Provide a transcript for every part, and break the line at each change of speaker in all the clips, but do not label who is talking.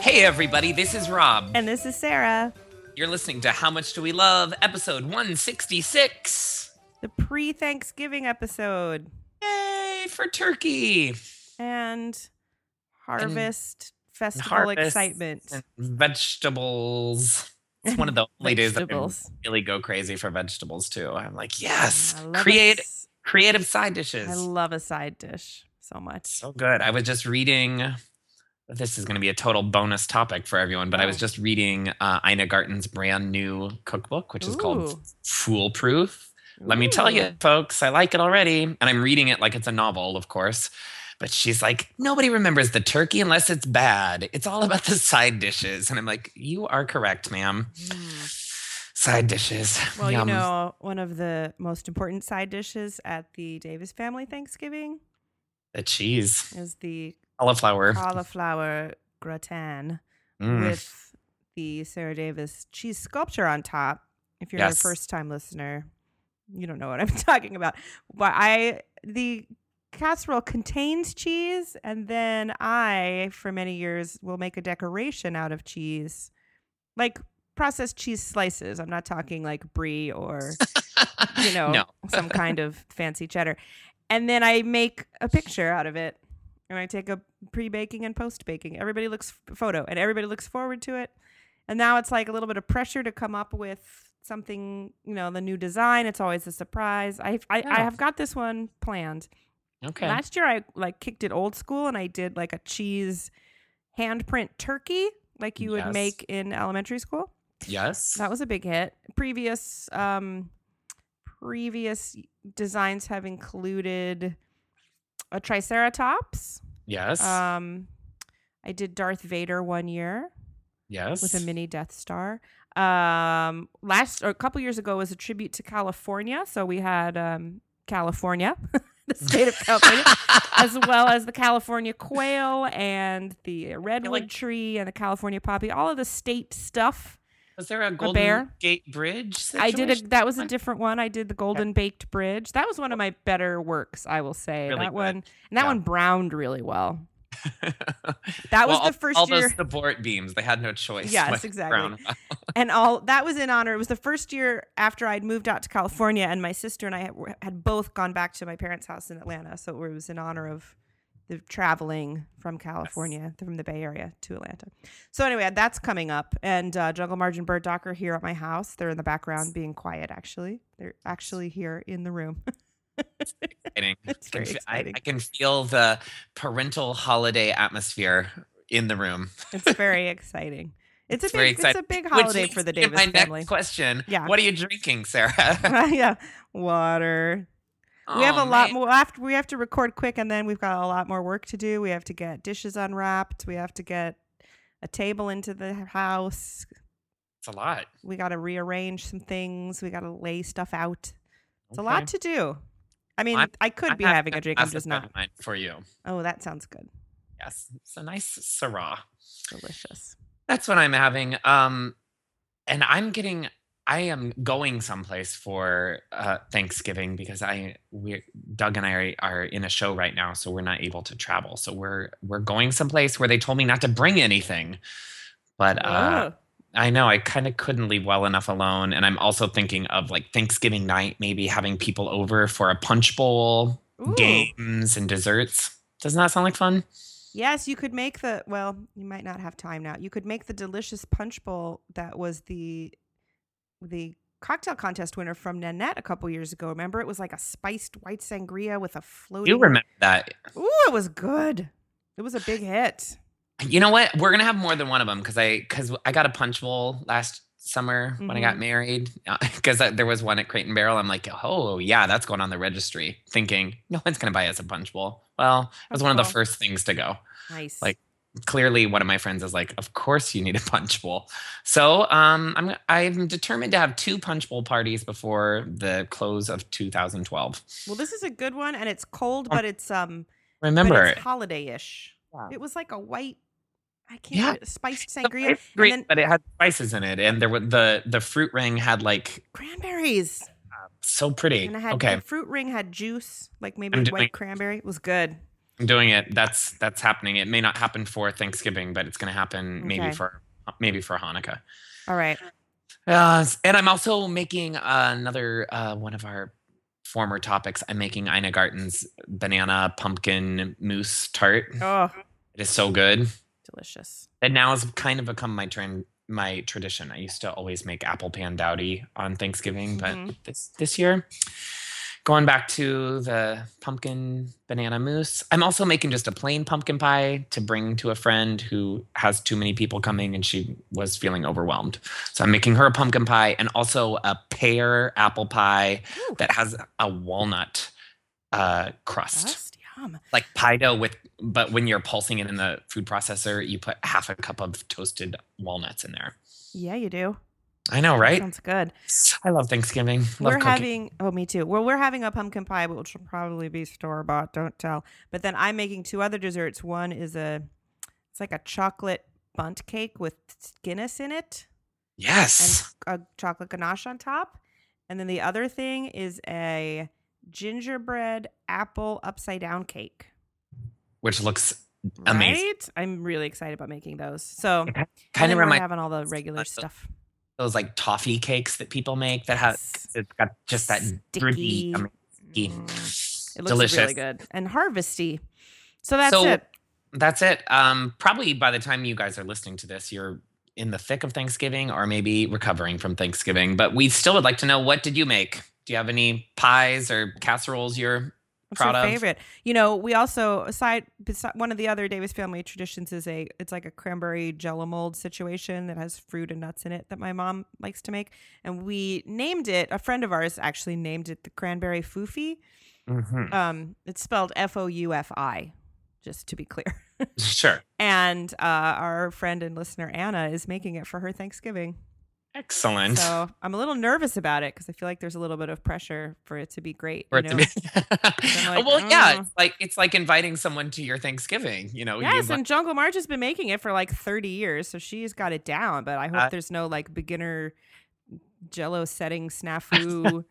Hey, everybody, this is Rob.
And this is Sarah,
You're listening to How Much Do We Love, episode 166.
the pre Thanksgiving episode
Yay for turkey!
and harvest
And
festival
harvests
excitement.
and vegetables. It's one of the only days that I
Vegetables.
really go crazy for vegetables, too. I'm like, yes,
I love a
create
s-
creative side dishes.
I love a side dish so much.
so good. I was just reading. This is going to be a total bonus topic for everyone, but I was
Oh.
just reading uh, Ina Garten's brand new cookbook, which is
Ooh.
called Foolproof. Let me tell you,
Ooh.
folks, I like it already. And I'm reading it like it's a novel, of course. But she's like, nobody remembers the turkey unless it's bad. It's all about the side dishes. And I'm like, you are correct, ma'am.
Mm.
Side dishes.
Well,
Yum.
you know, one of the most important side dishes at the Davis family Thanksgiving
the cheese,
is the
cauliflower.
cauliflower gratin
Mm.
uh, with the Sarah Davis cheese sculpture on top. If you're
Yes.
a first time listener, you don't know what I'm talking about. But I the casserole contains cheese and then I for many years will make a decoration out of cheese. Like processed cheese slices. I'm not talking like brie or you know,
No.
some kind of fancy cheddar. And then I make a picture out of it. And I take a pre baking and post baking. Everybody looks photo and everybody looks forward to it. And now it's like a little bit of pressure to come up with something, you know, the new design. It's always a surprise. I I, I
Yeah.
have got this one planned.
Oh. Okay.
Last year I like kicked it old school and I did like a cheese handprint turkey like you would
Yes.
make in elementary school.
yes.
That was a big hit. Previous um previous designs have included a triceratops.
yes.
Um I did Darth Vader one year
yes.
with a mini Death Star. Um last or a couple years ago was a tribute to California, so we had um California, the state of California. As well as the California quail and the redwood tree and the California poppy, all of the state stuff
was there a Golden
bear.
Gate Bridge?
I did a
situation?
that was a
What?
different one. I did the Golden Baked Bridge. That was one of my better works, I will say.
Really
that
good.
one and that
Yeah.
one browned really well. That
Well,
was
all-
the first
all
year
those support beams. They had no choice.
Yes,
but
exactly.
brown.
and all that was in honor. It was the first year after I'd moved out to California and my sister and I had, had both gone back to my parents' house in Atlanta, so it was in honor of the traveling from California, from the Bay Area to Atlanta. So anyway, that's coming up, and uh, Jungle Margin Bird Doc are here at my house. They're in the background, being quiet. Actually, they're actually here in the room.
exciting.
It's
can
very
fe- I, I
exciting.
can feel the parental holiday atmosphere in the room.
It's very exciting. It's,
It's
a
very
big, it's a
exciting.
big
Which
holiday
leads
for
me
the
to
Davis
my
family.
Next question.
Yeah.
What are you drinking, Sarah?
yeah, water. we have a
Oh,
lot
man.
more. After we have to record quick, and then we've got a lot more work to do. We have to get dishes unwrapped. We have to get a table into the house.
It's a lot.
We got to rearrange some things. We got to lay stuff out. It's a lot to do. I mean, i
I'm-
could be having a drink. I'm just not.
Mine for you.
Oh, that sounds good.
Yes. It's a nice Syrah.
Delicious.
That's what I'm having. Um, and I'm getting. I am going someplace for uh, Thanksgiving because I we Doug and I are, are in a show right now, so we're not able to travel. So we're we're going someplace where they told me not to bring anything, but
Oh.
uh, I know I kind of couldn't leave well enough alone, and I'm also thinking of like Thanksgiving night, maybe having people over for a punch bowl,
Ooh.
games, and desserts. Doesn't that sound like fun?
Yes, you could make the well, you might not have time now. You could make the delicious punch bowl that was the the cocktail contest winner from Nanette a couple years ago. Remember it was like a spiced white sangria with a floating
You remember that?
Ooh, it was good. It was a big hit.
You know what? We're gonna have more than one of them because I because I got a punch bowl last summer when I
Mhm.
got married because there was one at Crate and Barrel. I'm like, oh yeah, that's going on the registry. Thinking no one's gonna buy us a punch bowl. Well, it was
Punch
one of the
bowl.
first things to go.
Nice.
Like- Clearly, one of my friends is like, of course you need a punch bowl. So um, I'm I'm determined to have two punch bowl parties before the close of 2012.
well, this is a good one and it's cold, but it's um but
Oh, Remember,
it's holiday-ish.
Yeah.
It was like a white I can't
Yeah.
re- spiced
It's a
sangria
ice cream,
and then
but it had spices in it, and there were the the fruit ring had like
cranberries.
so pretty.
And I had
okay.
the fruit ring had juice, like maybe
I'm
white
doing-
cranberry. It was good.
I'm doing it. That's that's happening. It may not happen for Thanksgiving, but it's going to happen maybe
Okay.
for maybe for Hanukkah.
All right.
Uh, s- and I'm also making another uh, one of our former topics. I'm making Ina Garten's banana pumpkin mousse tart.
Oh,
It is so good.
delicious.
That now has kind of become my trend, my tradition. I used to always make apple pan dowdy on Thanksgiving, but
Mhm.
this this year, going back to the pumpkin banana mousse. I'm also making just a plain pumpkin pie to bring to a friend who has too many people coming and she was feeling overwhelmed. So I'm making her a pumpkin pie and also a pear apple pie
Ooh.
that has a walnut uh, crust
Just yum.
like pie dough with but when you're pulsing it in the food processor you put half a cup of toasted walnuts in there
Yeah, you do.
i know right
Sounds good.
i love thanksgiving love
we're
cooking
having oh me too. Well, we're having a pumpkin pie, which will probably be store bought. Don't tell. But then I'm making two other desserts. One is a it's like a chocolate bunt cake with Guinness in it. and
yes
a chocolate ganache on top. And then the other thing is a gingerbread apple upside down cake.
which looks
Right?
Amazing.
I'm really excited about making those. So
It kind of
remember
reminds
having all the regular
of
stuff.
those like toffee cakes that people make that have
Yes.
it's got just that drippy
Sticky.
I mean, sticky.
Mm. It looks
delicious
really good and harvesty. So that's
So-
it.
that's it um probably by the time you guys are listening to this you're in the thick of thanksgiving or maybe recovering from thanksgiving but we still would like to know what did you make do you have any pies or casseroles you're
What's
proud
your
of?
favorite? You know, we also aside besi- one of the other Davis family traditions is a it's like a cranberry jello mold situation that has fruit and nuts in it that my mom likes to make, and we named it. A friend of ours actually named it the cranberry foofy.
Mhm.
Um, it's spelled F O U F I, just to be clear.
sure
And uh, our friend and listener Anna is making it for her Thanksgiving.
Excellent.
So I'm a little nervous about it because I feel like there's a little bit of pressure for it to be great.
For
you
it to
know?
be-
I'm like,
well, yeah,
mm.
it's like it's like inviting someone to your Thanksgiving. You know, you
Yes,
bu-
and Jungle March has been making it for like 30 years, so she's got it down. But I hope
Uh,
there's no like beginner Jello setting snafu,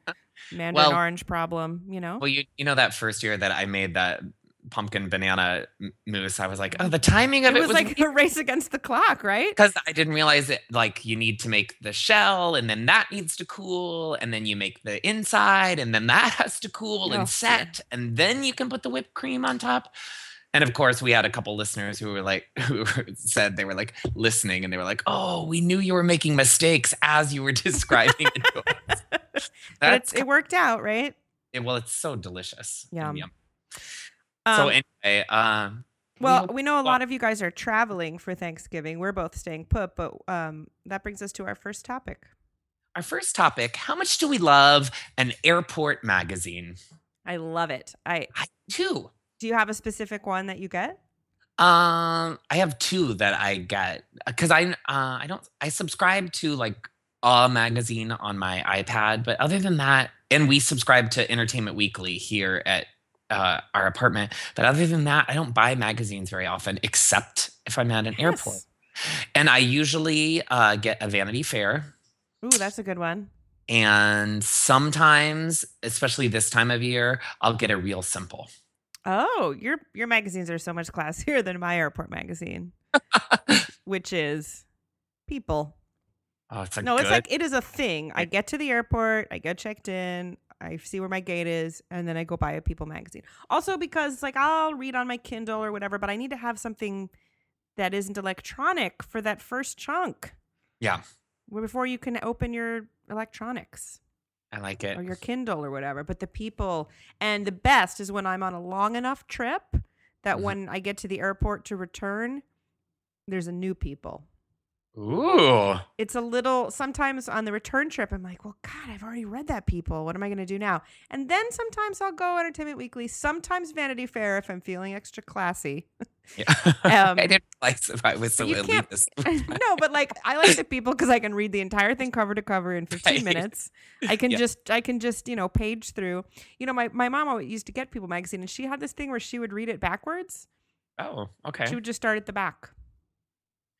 Mandarin
Well-
orange problem. You know,
well, you you know that first year that I made that pumpkin banana m- mousse, I was like, oh, the timing
it
of it,
was, like a race against the clock, right?
because I didn't realize it. Like, you need to make the shell, and then that needs to cool, and then you make the inside, and then that has to cool
Oh, dear.
and set, and then you can put the whipped cream on top. And of course, we had a couple listeners who were like, who said they were like listening, and they were like, "Oh, we knew you were making mistakes as you were describing it." to us."
But it's,
That's
it worked out, right?
it- well, it's so delicious. and
Yum.
so
Um,
anyway, um, we
Well,
hope-
we know a lot of you guys are traveling for Thanksgiving. We're both staying put, but um, that brings us to our first topic.
our first topic: How much do we love an airport magazine?
I love it. I
Two.
do you have a specific one that you get?
Um, I have two that I get because I uh, I don't I subscribe to like a magazine on my iPad, but other than that, and we subscribe to Entertainment Weekly here at uh, our apartment. But other than that, I don't buy magazines very often, except if I'm at an airport. And I usually uh, get a Vanity Fair,
Ooh, that's a good one.
and sometimes, especially this time of year, I'll get a Real Simple.
Oh, your your magazines are so much classier than my airport magazine, which is people.
Oh, it's like
no, it's
good-
like it is a thing. I get to the airport, I get checked in, I see where my gate is, and then I go buy a people magazine. Also because like I'll read on my Kindle or whatever, but I need to have something that isn't electronic for that first chunk.
Yeah.
Where Before you can open your electronics
I like it.
or your Kindle or whatever, but the people and the best is when I'm on a long enough trip that
Mhm.
when I get to the airport to return, there's a new people.
Ooh.
It's a little sometimes on the return trip, I'm like, well, God, I've already read that people. What am I going to do now? And then sometimes I'll go Entertainment Weekly, sometimes Vanity Fair if I'm feeling extra classy.
Yeah.
Um,
I didn't realize if I was so
you can't-
elitist.
no, but like I like the people because I can read the entire thing cover to cover in 15
Right.
minutes. I can
Yeah.
just I can just you know page through. You know, my my mom always used to get People magazine, and she had this thing where she would read it backwards.
Oh, okay.
She would just start at the back.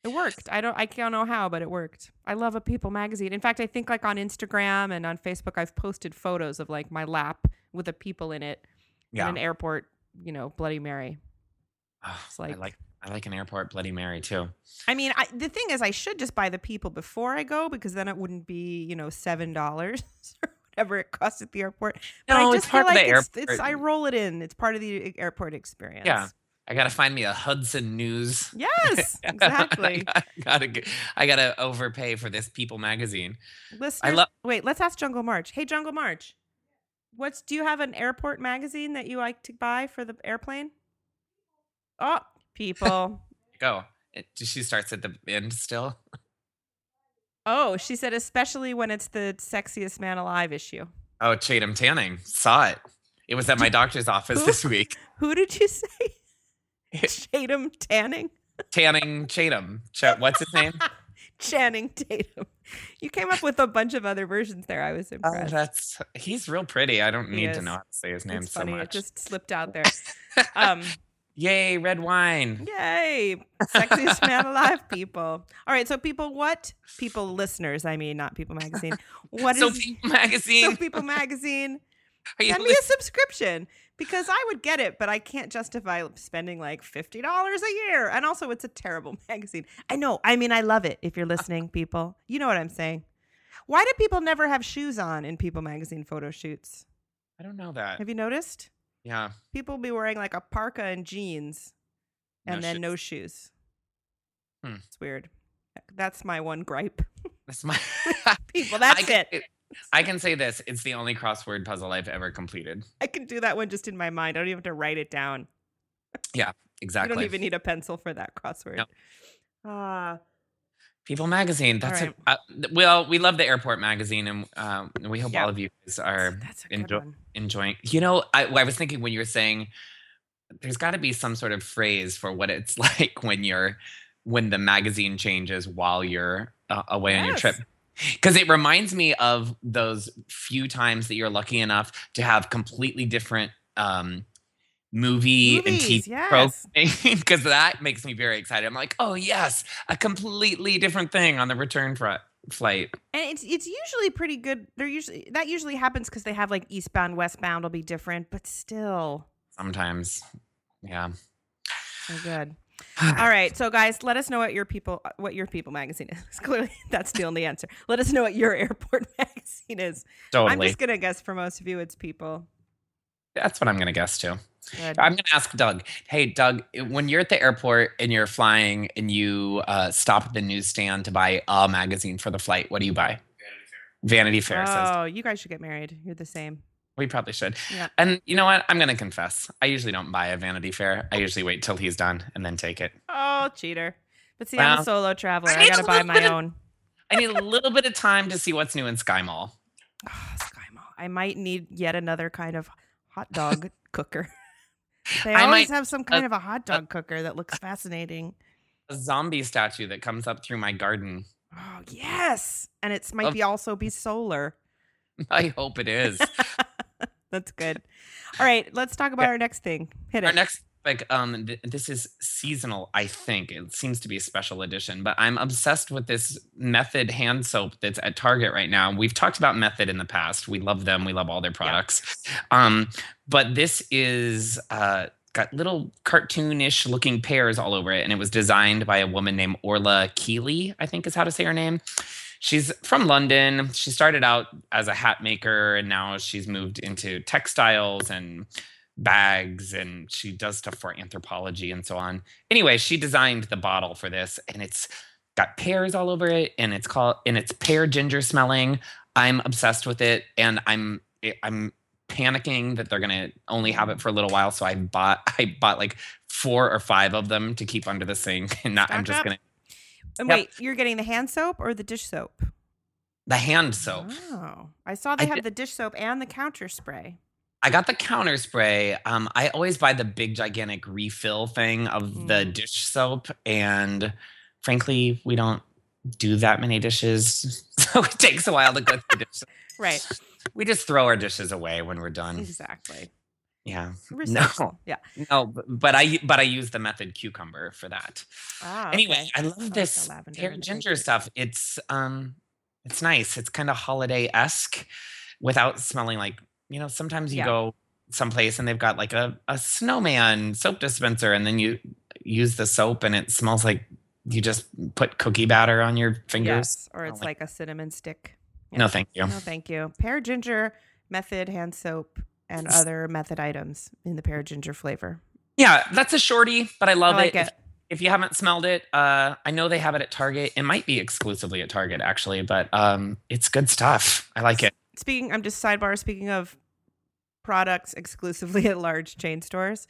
It worked. I don't I don't know how, but it worked. I love a People magazine. In fact, I think like on Instagram and on Facebook, I've posted photos of like my lap with a People in it in
Yeah.
an airport. You know, Bloody Mary.
Oh,
It's like-
I like I like an airport Bloody Mary too.
I mean, I, the thing is, I should just buy the people before I go because then it wouldn't be, you know, seven dollars or whatever it costs at the airport. But
No,
I
it's
just
part of
feel
the
like it's,
airport. e-,
it's I roll it in. It's part of the e, airport experience.
Yeah. I gotta find me a Hudson News.
Yes, exactly.
I gotta get- I gotta overpay for this People magazine.
Listeners,
I love.
wait, let's ask Jungle March. Hey, Jungle March, what's do you have an airport magazine that you like to buy for the airplane? Oh, people.
Go. oh, It, she starts at the end still.
oh, she said, especially when it's the sexiest man alive issue.
Oh, Chatham Tanning saw it. It was at my doctor's office
Who?
this week.
Who did you say? Tatum Tanning?
Tanning Chatham. Ch- what's his name?
Channing Tatum. You came up with a bunch of other versions there. I was
Oh,
impressed.
that's he's real pretty. I don't
He
need
is.
to know how to say his name
it's
so
funny. It
much.
just slipped out there. Um,
Yay, red wine.
yay. Sexiest man alive, people. All right. So, people, what? People, listeners, I mean, not People Magazine. What is
so People
So
magazine.
People Magazine?
Are you
Send me a subscription because I would get it, but I can't justify spending like $50 a year. And also, it's a terrible magazine. I know. I mean, I love it if you're listening, people. You know what I'm saying. Why do people never have shoes on in People Magazine photo shoots?
I don't know that.
Have you noticed?
Yeah.
People be wearing like a parka and jeans and then
shit.
no shoes.
Hmm.
It's weird. That's my one gripe.
That's my
People, that's
I can,
it.
I can say this. It's the only crossword puzzle I've ever completed.
I can do that one just in my mind. I don't even have to write it down.
Exactly.
You don't even need a pencil for that crossword. Ah,
People magazine.
All
That's a, uh, th- well, we love the airport magazine, and um, we hope
Yeah.
all of you guys are
that's a
enjoy-
good one.
enjoying. You know, I, I was thinking when you were saying there's got to be some sort of phrase for what it's like when you're when the magazine changes while you're uh, away on your
Yes.
trip. Because it reminds me of those few times that you're lucky enough to have completely different um, movie E and TV
Movies, yes.
because that makes me very excited. I'm like, oh yes, a completely different thing on the return fr- flight.
And it's it's usually pretty good. They're usually that usually happens because they have like eastbound, westbound will be different, but still
Sometimes, yeah.
so good.
Ah.
All right, so guys, let us know what your people what your people magazine is. Clearly, that's the only answer. Let us know what your airport magazine is. I'm
totally.
just gonna guess for most of you, it's people.
That's what I'm gonna guess too.
Good.
I'm gonna ask Doug. Hey, Doug, when you're at the airport and you're flying and you uh, stop at the newsstand to buy a magazine for the flight, what do you buy? Vanity Fair. Vanity Fair says
Oh, you guys should get married. You're the same.
we probably should.
Yeah.
And you know what? I'm gonna confess. I usually don't buy a Vanity Fair. I usually wait till he's done and then take it.
Oh, cheater. But see, I'm a
Well,
solo traveler.
I
I,
need
gotta
a
buy
little bit
my
of-
own.
I need a little bit of time to see what's new in Sky Mall.
Oh, Sky Mall. I might need yet another kind of hot dog cooker. They
I
always
might- uh,
have some kind of a hot dog cooker that looks fascinating.
A zombie statue that comes up through my garden.
Oh yes, and it's might
Of-
be also be solar.
I hope it is.
That's good. All right, let's talk about our next thing. Hit it.
Our next topic, um, th- this is seasonal, I think. It seems to be a special edition, but I'm obsessed with this Method hand soap that's at Target right now. We've talked about Method in the past. We love them. We love all their products. Um, but this is uh, got little cartoonish looking pears all over it, and it was designed by a woman named Orla Keeley. I think is how to say her name. She's from London. She started out as a hat maker, and now she's moved into textiles and bags and she does stuff for anthropology and so on. Anyway, she designed the bottle for this and it's got pears all over it and it's called and it's pear ginger smelling. I'm obsessed with it and I'm I'm panicking that they're going to only have it for a little while so I bought I bought like 4 or 5 of them to keep under the sink and not, I'm
Stock
just
up.
going to
And
Yep.
wait, you're getting the hand soap or the dish soap?
the hand soap.
Oh, I saw they
I
have
did-
the dish soap and the counter spray.
I got the counter spray. Um, I always buy the big gigantic refill thing of the
Mm.
dish soap, and frankly, we don't do that many dishes, so it takes a while to go through dishes.
Right.
We just throw our dishes away when we're done.
Exactly.
Yeah,
Recycle. Yeah.
no, b- but I but I use the method cucumber for that.
Ah,
Anyway,
okay.
I
like
love
the
this
lavender
pear
and the
ginger
grapefruit.
stuff. It's um, it's nice. It's kind of holiday esque, without smelling like you know. Sometimes you
Yeah.
go someplace and they've got like a, a snowman soap dispenser and then you use the soap and it smells like you just put cookie batter on your fingers.
Yes, or it's like, a cinnamon stick.
No, thank you.
No, thank you. Pear ginger method hand soap and other method items in the pear ginger flavor.
Yeah, that's a shorty, but I love
I like
it. If-
it.
If, you haven't smelled it, uh, I know they have it at Target. It might be exclusively at Target actually, but um, it's good stuff. I like it.
Speaking, I'm just sidebar. Speaking of products exclusively at large chain stores,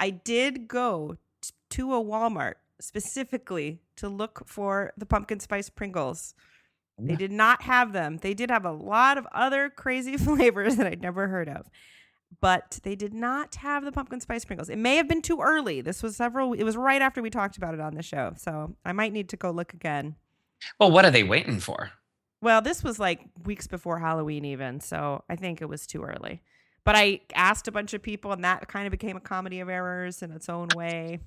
I did go t- to a Walmart specifically to look for the pumpkin spice Pringles. They
Yeah.
did not have them. They did have a lot of other crazy flavors that I'd never heard of. But they did not have the pumpkin spice Pringles. It may have been too early. This was several it was right after we talked about it on the show. So, I might need to go look again.
Well, what are they waiting for?
Well, this was like weeks before Halloween, even. So I think it was too early. But I asked a bunch of people, and that kind of became a comedy of errors in its own way.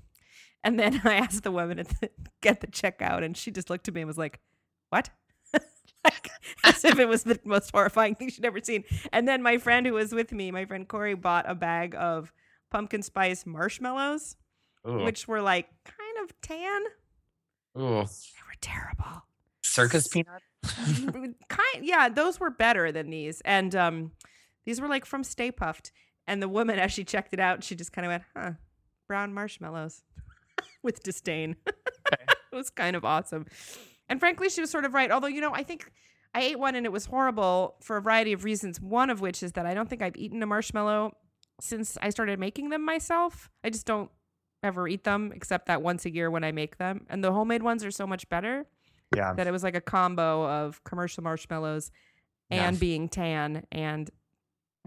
And then I asked the woman at the, get the checkout, and she just looked at me and was like, What? like, as if it was the most horrifying thing she'd ever seen. And then my friend who was with me, my friend Corey, bought a bag of pumpkin spice marshmallows,
Ooh,
which were like kind of tan.
ooh.
They were terrible.
circus peanut.
kind yeah those were better than these and um these were like from stay puffed and the woman as she checked it out she just kind of went huh brown marshmallows with disdain it was kind of awesome and frankly she was sort of right although you know i think i ate one and it was horrible for a variety of reasons one of which is that i don't think i've eaten a marshmallow since i started making them myself i just don't ever eat them except that once a year when i make them and the homemade ones are so much better
Yeah.
that it was like a combo of commercial marshmallows
Yeah.
and being tan and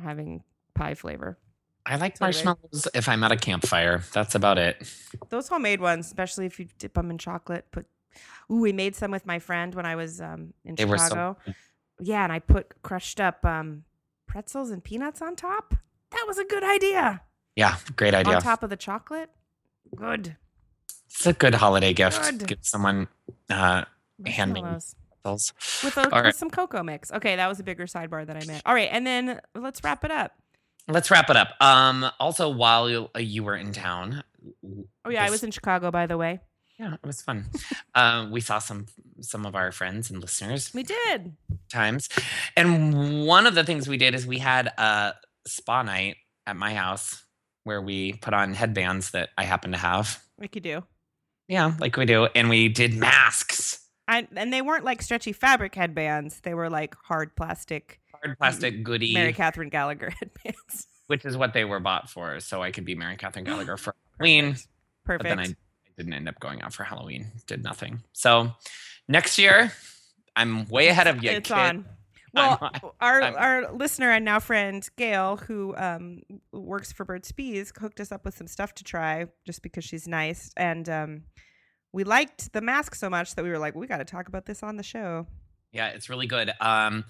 having pie flavor.
I like
Totally.
marshmallows if I'm at a campfire. That's about it.
Those homemade ones, especially if you dip them in chocolate, put Ooh, we made some with my friend when I was um in
They were so
Chicago. yeah, and I put crushed up um pretzels and peanuts on top. That was a good idea.
Yeah, great idea.
On top of the chocolate. Good.
It's a good holiday gift.
Good.
Give someone uh Hand me.
Marshmallows.
those.
With, a,
All right.
with some cocoa mix. Okay, that was a bigger sidebar that I meant. All right, and then let's wrap it up.
Let's wrap it up. Um also while you, uh, you were in town.
Oh yeah, I
this-
was in Chicago by the way.
Yeah, it was fun. um we saw some some of our friends and listeners
We did.
times. And one of the things we did is we had a spa night at my house where we put on headbands that I happen to have.
Like you do.
Yeah, like we do and we did masks.
I, and they weren't like stretchy fabric headbands. They were like hard plastic
Hard plastic goodie.
Mm-hmm. Mary Catherine Gallagher headbands.
which is what they were bought for. So I could be Mary Catherine Gallagher for Halloween. But
Perfect.
then I, I didn't end up going out for Halloween, did nothing. So next year, I'm way ahead of you.
it's
kid.
on. Well,
I'm-
our
I'm-
our listener and now friend Gail, who um, works for Bird Spees, hooked us up with some stuff to try just because she's nice, and um, we liked the mask so much that we were like, we got to talk about this on the show.
Yeah, it's really good. Um,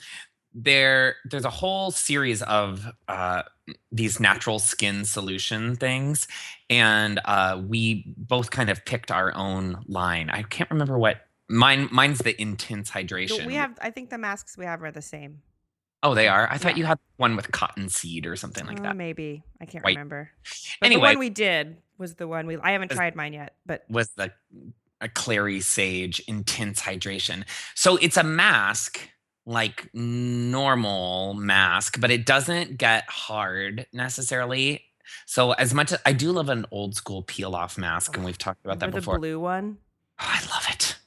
there, there's a whole series of uh, these natural skin solution things, and uh, we both kind of picked our own line. I can't remember what mine. Mine's the intense
The-
hydration.
We have, I think, the masks we have are the same.
oh, they are. I thought
yeah.
you had one with cotton seed or something like
Uh,
that.
Maybe I can't
White.
remember. But the
Anyway,
one we did was the one we. I haven't
Was-
tried mine yet, but
was the a clary sage intense hydration. So it's a mask like normal mask, but it doesn't get hard necessarily. So as much as I do love an old school peel off mask, and we've talked about that
Remember
before.
The Oh, blue one.
Oh, I love it.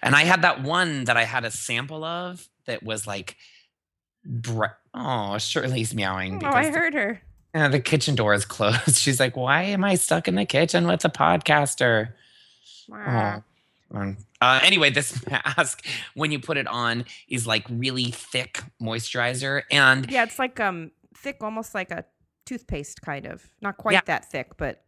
And I had that one that I had a sample of that was like, bri- oh, Shirley's meowing
Oh, I
Mm, the-
heard her.
uh, the kitchen door is closed. She's like, why am I stuck in the kitchen with a podcaster?
Wow.
Um, uh, anyway, this mask, when you put it on, is like really thick moisturizer. And
Yeah, it's like um thick, almost like a toothpaste kind of. Not quite
Yeah.
that thick, but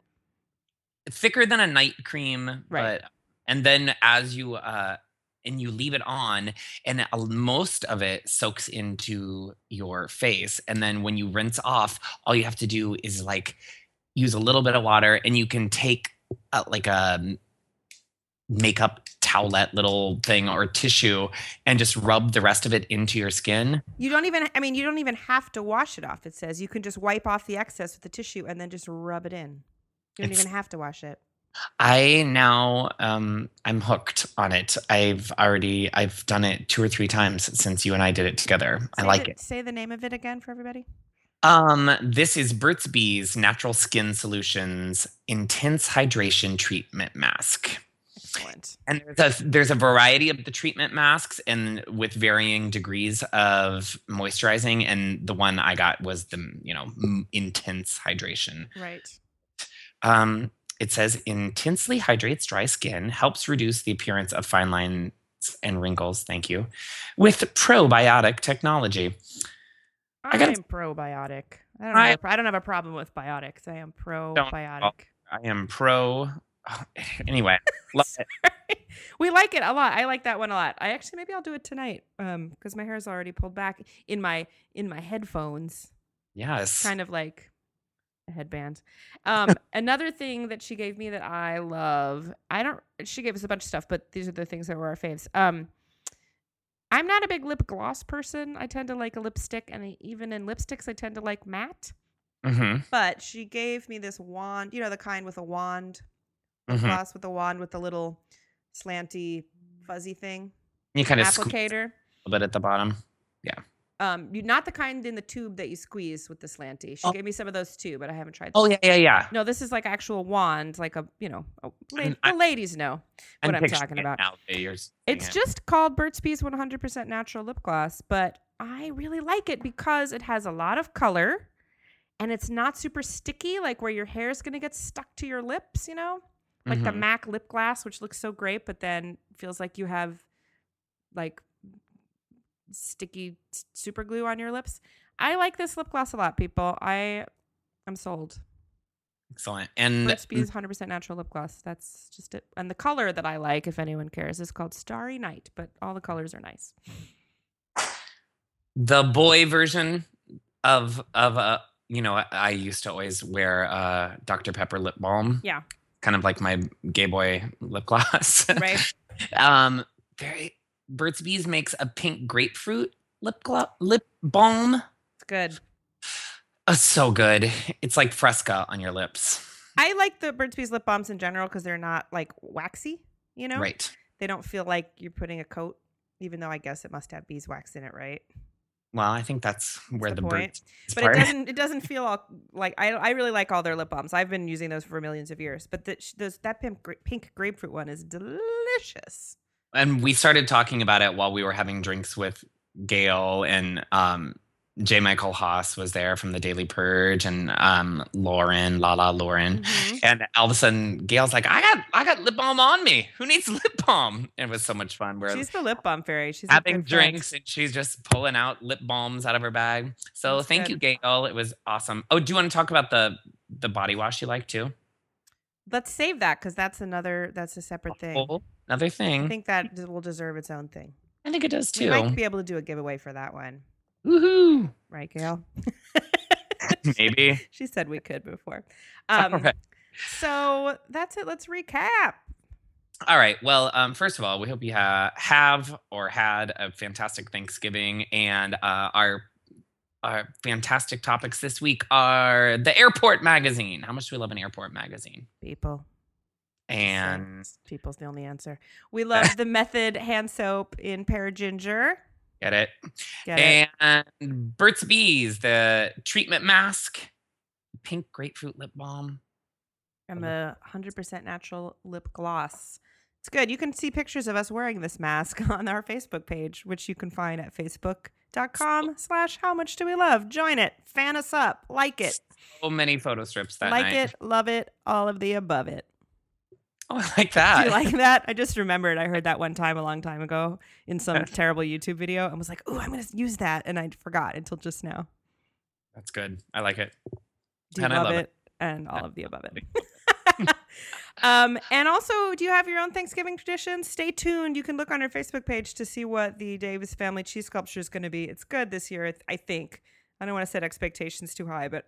thicker than a night cream.
Right.
But, and then as you, uh, and you leave it on, and a- most of it soaks into your face. And then when you rinse off, all you have to do is like use a little bit of water, and you can take uh, like a makeup towelette little thing or tissue and just rub the rest of it into your skin.
You don't even I mean you don't even have to wash it off. It says you can just wipe off the excess with the tissue and then just rub it in. You don't
It's-
even have to wash it.
I now um I'm hooked on it. I've already I've done it two or three times since you and I did it together. I
Say
like
the-
it.
Say the name of it again for everybody.
Um this is Burt's Bees Natural Skin Solutions Intense Hydration Treatment Mask.
Excellent.
and there's a, there's a variety of the treatment masks and with varying degrees of moisturizing and the one i got was the you know m- intense hydration
Right.
um, it says intensely hydrates dry skin helps reduce the appearance of fine lines and wrinkles thank you with probiotic technology
I
I gotta-
am probiotic. I don't,
I-
have a, pro- I don't have a problem with biotics. I am probiotic.
i am pro anyway love it.
we like it a lot. I like that one a lot. I actually maybe I'll do it tonight um because my hair's already pulled back in my in my headphones.
yes
kind of like a headband. Um, another thing that she gave me that I love, I don't. She gave us a bunch of stuff, but these are the things that were our faves. Um, I'm not a big lip gloss person. I tend to like a lipstick, and even in lipsticks, I tend to like matte.
mm-hmm,
But she gave me this wand, you know, the kind with a wand,
hmm
gloss with a wand with the little slanty fuzzy thing
you kind of scoop a
applicator.
little bit at the bottom
Um, you not the kind in the tube that you squeeze with the slanty. She
Oh.
gave me some of those too, but I haven't tried.
oh yeah yeah yeah
No, this is like actual wand, like a you know, a la-
I'm- I-
the ladies know what I'm
picturing
talking
it
about.
now that eh, you're saying
It's
it.
just called Burt's Bees 100% natural lip gloss, but I really like it because it has a lot of color, and it's not super sticky, like where your hair is gonna get stuck to your lips, you know, like the
Mhm.
Mac lip glass, which looks so great, but then feels like you have like sticky s- super glue on your lips. I like this lip gloss a lot, people. I I'm sold.
Excellent. And
Burt's Bees 100% natural lip gloss. That's just it. And the color that I like, if anyone cares, is called Starry Night, but all the colors are nice.
the boy version of of uh, you know, I- I used to always wear uh Dr. Pepper lip balm.
Yeah.
Kind of like my gay boy lip gloss.
Right?
um there Burt's Bees makes a pink grapefruit lip gloss lip balm.
it's good.
Oh, so good. It's like Fresca on your lips.
I like the Burt's Bees lip balms in general because they're not like waxy, you know?
Right.
They don't feel like you're putting a coat, even though I guess it must have beeswax in it, right?
Well, I think that's where
the
the,
point.
Burt's Bees
But
part.
it doesn't. It doesn't feel all like I. I really like all their lip balms. I've been using those for millions of years. But the, those that pink, gra- pink grapefruit one is delicious.
and we started talking about it while we were having drinks with Gail and um J. Michael Haas was there from the Daily Purge and um Lauren, La La Lauren.
Mm-hmm.
And all of a sudden Gail's like, I got I got lip balm on me. Who needs lip balm? It was so much fun. We're
She's the lip balm fairy. She's a
having
good friend.
drinks and she's just pulling out lip balms out of her bag. So
That's
thank you, Gail. It was awesome. Oh, do you want to talk about the the body wash you like too?
Let's save that because that's another. That's a separate thing.
Whole Another thing.
I think that d- will deserve its own thing.
it does
We
too.
might be able to do a giveaway for that one,
Woohoo.
right, Gail?
Maybe.
she said we could before.
All
Um,
right.
So that's it. Let's recap.
All right. Well, um, first of all, we hope you ha- have or had a fantastic Thanksgiving. And uh, our our fantastic topics this week are the airport magazine. How much do we love an airport magazine?
People.
And
Just, uh, people's the only answer. We love the method hand soap in pear ginger.
get it.
Get it?
And Burt's Bees, the treatment mask, pink grapefruit lip balm.
I'm a 100% natural lip gloss. It's good. You can see pictures of us wearing this mask on our Facebook page, which you can find at facebook.com slash how much do we love. Join it. Fan us up. Like it.
So many photo strips that
like
night.
it. Love it. All of the above it.
Oh, I like
Do
that.
you like that? I just remembered I heard that one time a long time ago in some terrible YouTube video and was like, oh, I'm going to use that. And I forgot until just now.
That's good. I like it.
Do you
And I
love,
love
it? And all of the above it. um, and also, do you have your own Thanksgiving traditions? Stay tuned. You can look on our Facebook page to see what the Davis family cheese sculpture is going to be. It's good this year, I think. I don't want to set expectations too high, but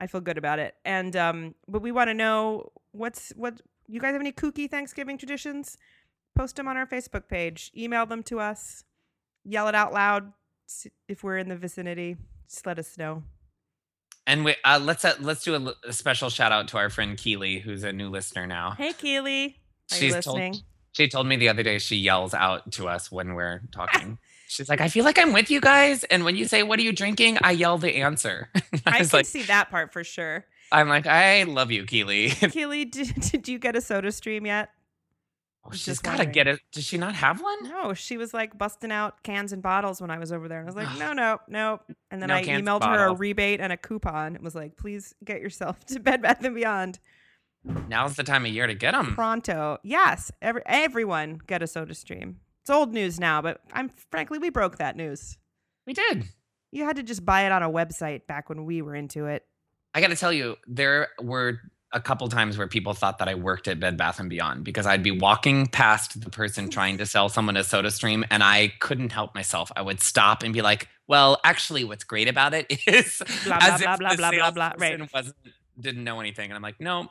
I feel good about it. And um, but we want to know what's what you guys have any kooky Thanksgiving traditions? Post them on our Facebook page. Email them to us. Yell it out loud s- if we're in the vicinity. Just let us know.
And we, uh, let's uh, let's do a, l- a special shout out to our friend Keely, who's a new listener now.
Hey, Keely. Are you
She's told-
listening?
She told me the other day she yells out to us when we're talking. She's like, I feel like I'm with you guys. And when you say, What are you drinking? I yell the answer. I
I can
was like,
see that part for sure.
I'm like, I love you, Keely.
Keely, did, did you get a soda stream yet? was
She's
just
got to
wondering.
get it. Does she not have one?
No, she was like busting out cans and bottles when I was over there. And I was like,
Ugh.
no, no, no. And then
No
I
cans,
emailed her a
bottles.
rebate and a coupon. It was like, please get yourself to Bed Bath and Beyond
Now's the time of year to get them.
pronto. Yes, every, everyone get a soda stream. It's old news now, but I'm frankly, we broke that news.
We did.
You had to just buy it on a website back when we were into it.
I got to tell you, there were a couple times where people thought that I worked at Bed Bath and Beyond because I'd be walking past the person trying to sell someone a SodaStream, and I couldn't help myself. I would stop and be like, "Well, actually, what's great about it is
Blah,
as
blah,
if
blah,
the
blah, blah, blah, right.
salesperson wasn't didn't know anything." And I'm like, "No,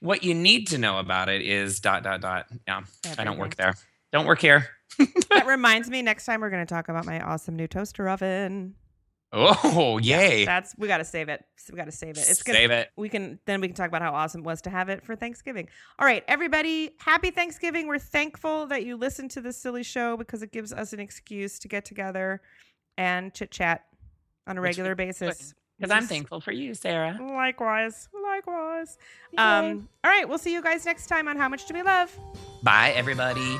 what you need to know about it is dot dot dot." Yeah, I don't work there. Don't work here.
that reminds me, next time we're going to talk about my awesome new toaster oven.
Oh, yay!
That's, we got to save it. We got to save it. It's going to
Save it.
we can then we can talk about how awesome it was to have it for Thanksgiving. All right, everybody, happy Thanksgiving. We're thankful that you listened to this silly show because it gives us an excuse to get together and chit chat on a
Which we
regular
can do it,
basis.
Because I'm
Just-
thankful for you,
Oh,
Sarah.
Likewise, likewise.
Yay.
Um, all right, we'll see you guys next time on How Much Do We Love.
Bye, everybody.